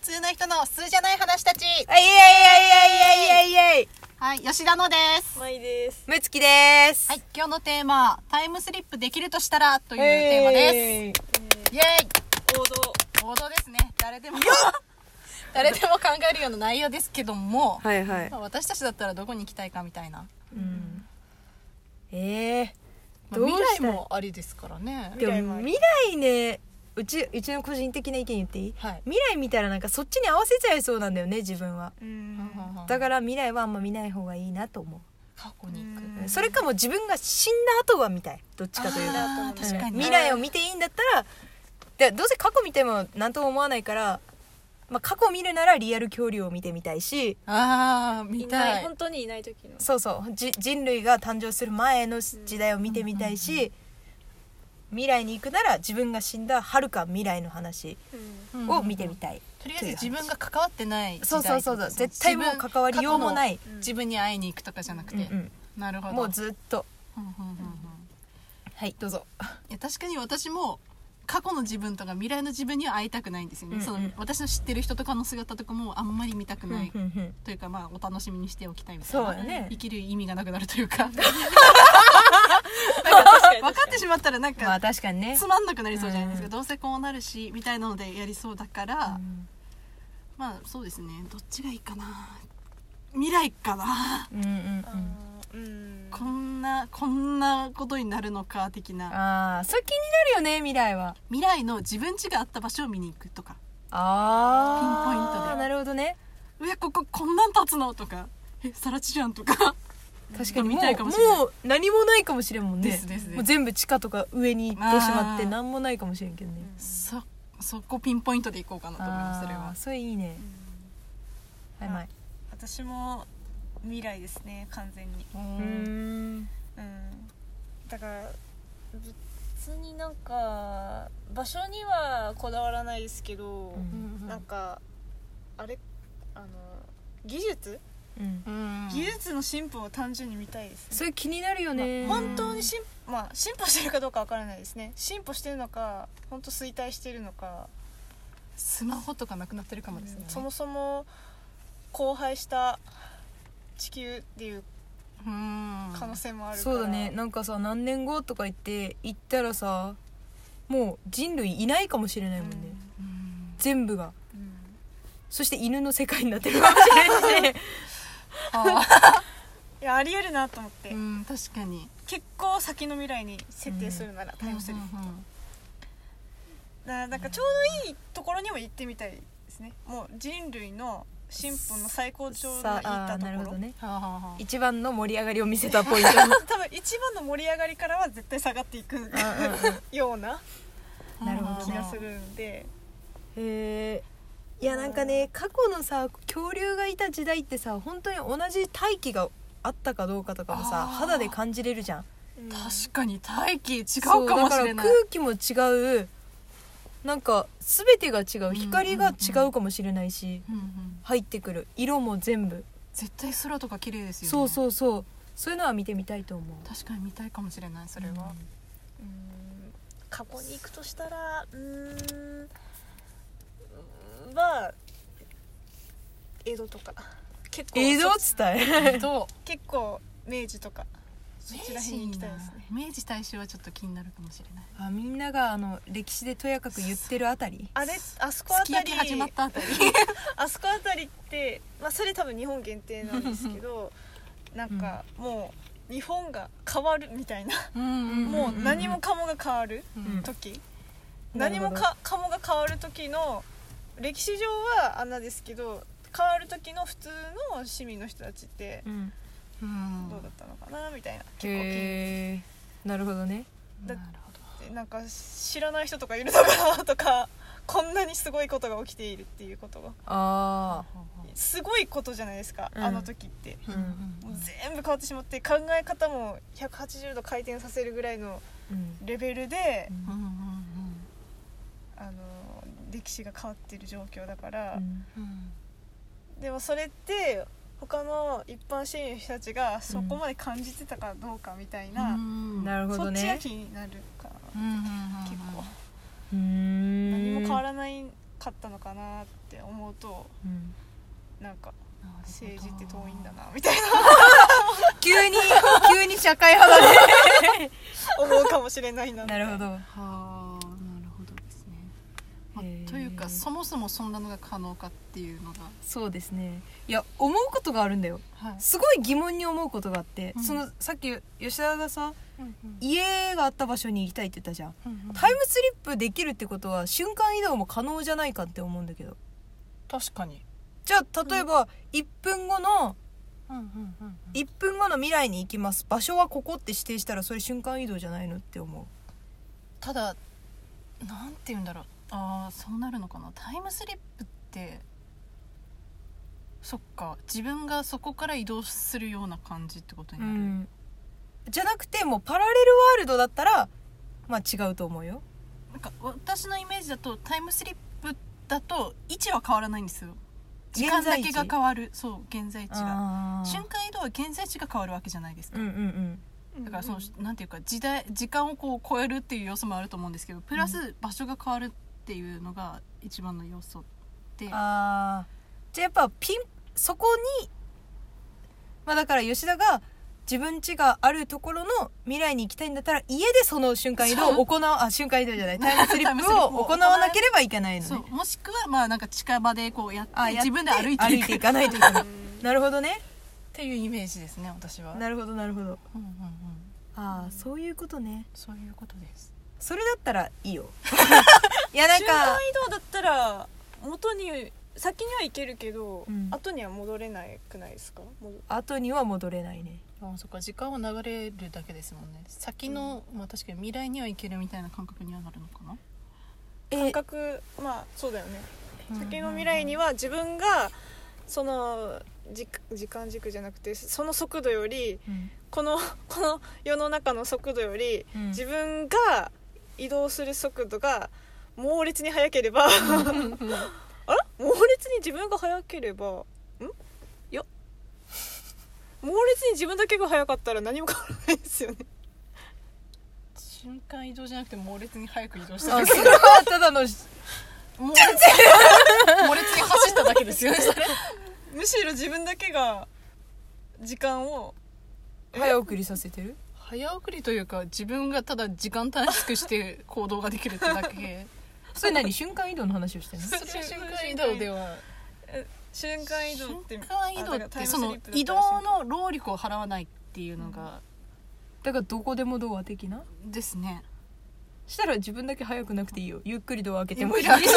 通の人の数じゃない話たち。あいえいえいえいえいえいえいはい、吉田のです。まいです。むつきです。。はい、今日のテーマ、タイムスリップできるとしたらというテーマですす。イエー王道。イ王道ですね。誰でも、誰でも考えるような内容ですけども、はいはいま。あ私たちだったらどこに行きたいかみたいな。ええまあどうしたい未来もありですからね。で未来ももある未来ね、うち、うちの個人的な意見言っていいはい。未来見たらなんかそっちに合わせちゃいそうなんだよね、自分は。うんだから未来はあんま見ない方がいいなと思過去に行く。う。それかもう自分が死んだ後は見たい。どっちかというと。あー確かに。未来を見ていいんだったらでどうせ過去見ても何とも思わないから、まあ、過去見るならリアル恐竜を見てみたいしああ、見いなたいい。本。当にいない時の。そうそうじ人類が誕生する前の時代を見てみたいし、未来に行くなら自分が死んだはるか未来の話を見てみたいたい、とりあえず自分が関わってない時代そうそうそうそう絶対もう関わりようもない、自分自分に会いに行くとかじゃなくうんて、なるほうどん、もうずっとうんうんうんうんはいどうぞいや確かに私も過去の自分とか未来の自分には会いたくないんですよね、うんうんその私の知ってる人とかの姿とかもあんまり見たくない、うんうんうんというかまあお楽しみにしておきたいみたいそなうだね生きる意味がなくなるという か分確かってしまったらなんまあか確かにねつまんなくなりそうじゃないですか、うんどうせこうなるしみたいなのでやりそうだから、まあそうですねどっちがいいかな未来かなうんうんうんうん。こんなこんなことになるのか的なああそれ気になるよね未来は未来の自分家があった場所を見に行くとかああピンポイントでなるほどね「うわこここんなん立つの?」とか「えさらちじゃん」と か確かに見もたいうかもしれないもう何もないかもしれんもんねですですですもう全部地下とか上に行ってしまってあー何もないかもしれんけどねそそこピンポイントで行こうかなと思いますそれあはあそれいいねはいはい私も未来ですね、完全に。うーんうん。だから別になんか場所にはこだわらないですけどう、んなんかあれあの技術、うんうん技術の進歩を単純に見たいですね。それ気になるよねまあ本当に進,、まあ、進歩してるかどうかわからないですね進歩してるのか本当衰退してるのか、スマホとかなくなってるかもですね、そもそも荒廃した地球っていううん可能性もあるから、そうだねなんかさ何年後とか言って行ったらさもう人類いないかもしれないもんねうん全部がうんそして犬の世界になっ てる かもしれないしあいやありえるなと思って、ーうん確かに結構先の未来に設定するなら、タイムスリップ、うんうんうんだからなんかちょうどいいところにも行ってみたいですねもう人類の進歩の最高潮に行さっあたあーとなるこほろ、どねはあはあはあ一番の盛り上がりを見せた ポイント多分一番の盛り上がりからは絶対下がっていく ようななるほど気ねがするんで、へえいやなんかね過去のさ恐竜がいた時代ってさ本当に同じ大気があったかどうかとかもさあー肌で感じれるじゃんうん確かに大気違うかそうもしれだなかいら空気も違うなんか全てが違う光が違うかもしれないし、うんうん入ってくる色も全部、絶対空とか綺麗ですよねそうそううそうそういうのは見てみたいと思う確かに見たいかもしれないそれは、うーん過去に行くとしたらうーんまあ江戸とか結構江戸そ伝えどう結構明治とかそちら辺に行きたいですね明治明治大正はちょっと気になるかもしれないあみんながあの歴史でとやかく言ってるあたりあれあそこすあきた焼きり始まったあたりあそこあたりって、まあ、それ多分日本限定なんですけどなんかもう日本が変わるみたいなうんもう何もかもが変わるうん時なる何ほどもかかもが変わる時の歴史上はあんなですけど変わる時の普通の市民の人たちってうんうんどうだったのかなみたいな結構気にへえなるほどねなだるほなってなんか知らない人とかいるのかなとか こんなにすごいことが起きているっていうことがああすごいことじゃないですか、うんあの時ってどうんもう全部変わってしまって考え方も180度回転させるぐらいのうんレベルで、うんうんあの歴史が変わってる状況だから。うんうんでもそれって他の一般市民の人たちがそこまで感じてたかどうかみたいな、うんなるほそどっちがね気になるかな、うんうんうんうん結構うーん何も変わらないかったのかなって思うとうんなんかなるほど政治って遠いんだなみ たいな急に 急に社会派だね思うかもしれないなってなるほどはあなるほどですね、まあへーというかそもそもそんなのが可能かっていうのが、そうですねいや思うことがあるんだよはいすごい疑問に思うことがあって、うんそのさっき吉田がさうんうん家があった場所に行きたいって言ったじゃんうんうんタイムスリップできるってことは瞬間移動も可能じゃないかって思うんだけど確かにじゃあ例えば1分後のうんうんうんうん1分後の未来に行きます場所はここって指定したらそれ瞬間移動じゃないのって思うただなんて言うんだろうああそうなるのかなタイムスリップってそっか自分がそこから移動するような感じってことになる、じゃなくてもうパラレルワールドだったらまあ違うと思うよなんか私のイメージだとタイムスリップだと位置は変わらないんですよ時間だけが変わるそう現在地があー瞬間移動は現在地が変わるわけじゃないですか、うんうんだからそのうんなんていうか時代時間をこう超えるっていう要素もあると思うんですけどプラス場所が変わるっていうのが一番の要素でうんああじゃあやっぱピンそこにまあだから吉田が自分家があるところの未来に行きたいんだったら家でその瞬間移動を行うあ瞬間移動じゃないタイムスリップを行わなければいけないのそうねもしくはまあなんか近場でこうやってあやって自分で歩いて歩いいくていっかないといけないなるほどねていうイメージですね私はなるほどなるほどうんうんうんああそういうことねそういうことですそれだったらいいよいやなん瞬間か移動だったら元に先には行けるけど、うん後には戻れないくないですか戻後には戻れないねあそっか時間は流れるだけですもんね先の、まあ確かに未来には行けるみみたいたいな感覚にはなるのかなえ感覚まあそうだよね、うん先の未来には自分がその時時間軸じゃなくてその速度よりうんこの この世の中の速度より、うん自分が移動する速度が猛烈に速ければあら 猛烈に自分が速ければんいや猛烈に自分だけが速かったら何も変わらないで すよねな瞬間移動じゃなくて猛烈に早く移動したあそれはただの猛 烈に猛烈に走っただけですよねそれむしろ自分だけが時間を早送りさせてる早送りというか自分がただ時間短縮して行動ができるってだけそれ何瞬間移動の話をしてる のそれ瞬間移動では瞬間移動って瞬間移動あだからっタイてそムスのリップだったら移動の労力を払わないっていうのが、だからどこでもドア的なですねしたら自分だけ早くなくていいよゆっくりドア開けてもいい ゆっくり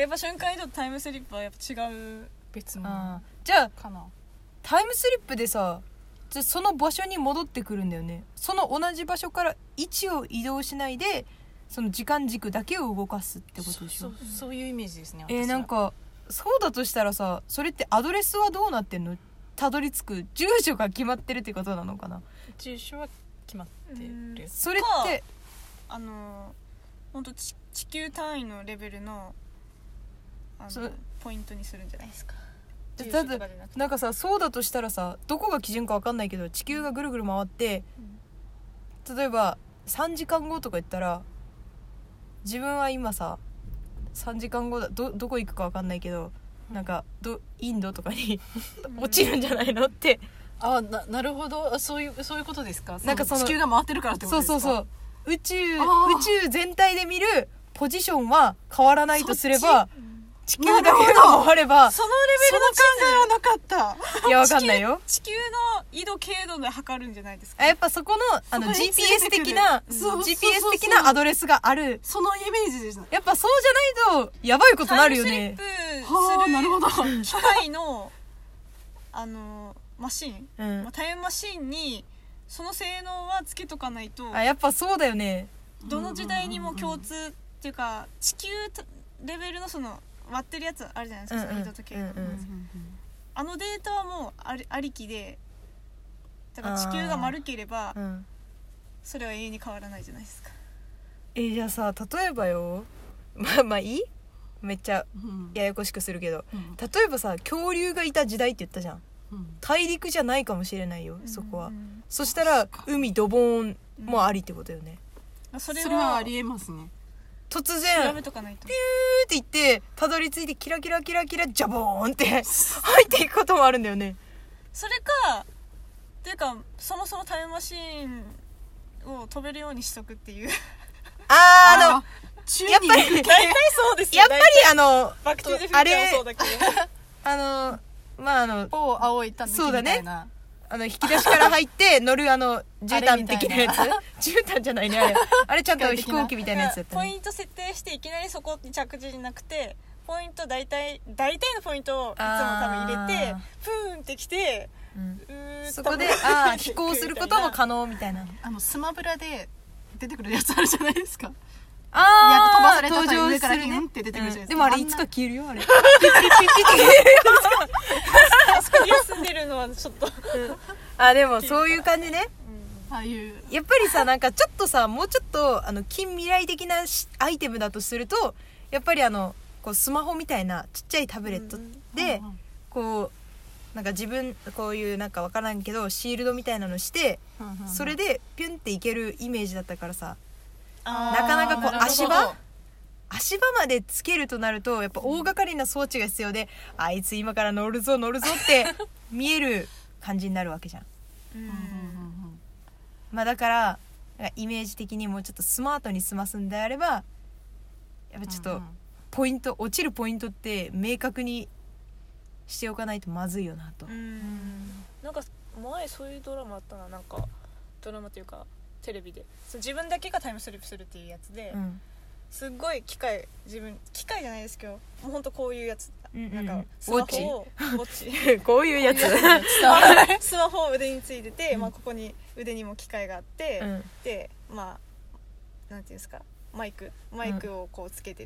やっぱ瞬間移動とタイムスリップはやっぱ違う別物あーじゃあかなタイムスリップでさじゃあその場所に戻ってくるんだよねその同じ場所から位置を移動しないでその時間軸だけを動かすってことでしょそうそうそういうイメージですねえー、私はなんかそうだとしたらさそれってアドレスはどうなってんのたどり着く住所が決まってるってことなのかな住所は決まってるそれってあの本当地地球単位のレベルのあそのうポイントにするんじゃないですかだ住所とかじゃなくてなんかさそうだとしたらさどこが基準か分かんないけど地球がぐるぐる回って例えば3時間後とか言ったら自分は今さ3時間後だどどこ行くか分かんないけどなんかどインドとかに落ちるんじゃないのってあななるほどあそういうそういうことですかなんかその地球が回ってるからってことそうですかそうそう宇宙宇あー宙全体で見るポジションは変わらないとすれば地球だけが回ればそのその考えはなかったいやわかんないよ地球の緯度経度で測るんじゃないですかあやっぱそこのあのそこにつ GPS いてくる的なそうそうそうそう GPS 的なアドレスがあるそのイメージでしたやっぱそうじゃないとやばいことなるよねタイムスリッはあなるほどプする機 械のあのマシン、うんまあ、タイムマシンにその性能はつけとかないとあやっぱそうだよねどの時代にも共通っていうか地球レベルのその割ってるやつあるじゃないですか、うんうんスピードと計画のやつうんうんあのデータはもうありありきでだから地球が丸ければうんそれは永遠に変わらないじゃないですかえじゃあさ例えばよまあまあいいめっちゃうんややこしくするけどうん例えばさ恐竜がいた時代って言ったじゃんうん大陸じゃないかもしれないよそこは、うんそしたら海ドボーンもありってことよね、それそれははありえますね突調然べとかないとピューって行ってたどり着いてキラキラキラキラジャボーンって入っていくこともあるんだよねそれかっていうかそもそもタイムマシーンを飛べるようにしとくっていうあーあの宙やっ ぱり大体そうですやよっぱりあのバクティでフューチャーもそうだけどあのまああのを仰いたみそうだねたいな、あの引き出しから 入って乗るあの絨毯的なやあつ 絨毯じゃないねあれあれちゃ んと飛行機みたいなやつだった ポねイント設定していきなりそこに着地じゃなくてポイント大体大体のポイントをいつも多分入れてあープーンってきてうんうーっと そこであー飛行することも可能みたいなあのスマブラで出てくるやつあるじゃないですかあいや飛ばされた上からヒュンって出てくるじゃないですかでもあれいつか消えるよ あれピッピッピッピッあそこに休んでるのはちょっと、あでもそういう感じねああいうやっぱり さなんかちょっとさもうちょっとあの近未来的なしアイテムだとするとやっぱりあのこうスマホみたいなちっちゃいタブレットで、うんうんこうなんか自分こういうなんか分からんけどシールドみたいなのして、うんうんそれでピュンっていけるイメージだったからさあなかなかこうあーるほど足場足場までつけるとなるとやっぱ大掛かりな装置が必要で、あいつ今から乗るぞ乗るぞって見える感じになるわけじゃん。うんうんうんまあだからなんかイメージ的にもうちょっとスマートに済ますんであればやっぱちょっうんうとんポイント、落ちるポイントって明確にしておかないとまずいよなと、うんなんか前そういうドラマあったななんかドラマというかテレビでそう自分だけがタイムスリップするっていうやつで、うんすっごい機械自分機械じゃないですけどもうほんとこういうやつうんうんなんかスウォマッチホをウォッチ こういうやつ、スマホを腕についてて、まあ、ここに腕にも機械があって、うんでまあなんていうんですかマイクマイクをこうつけて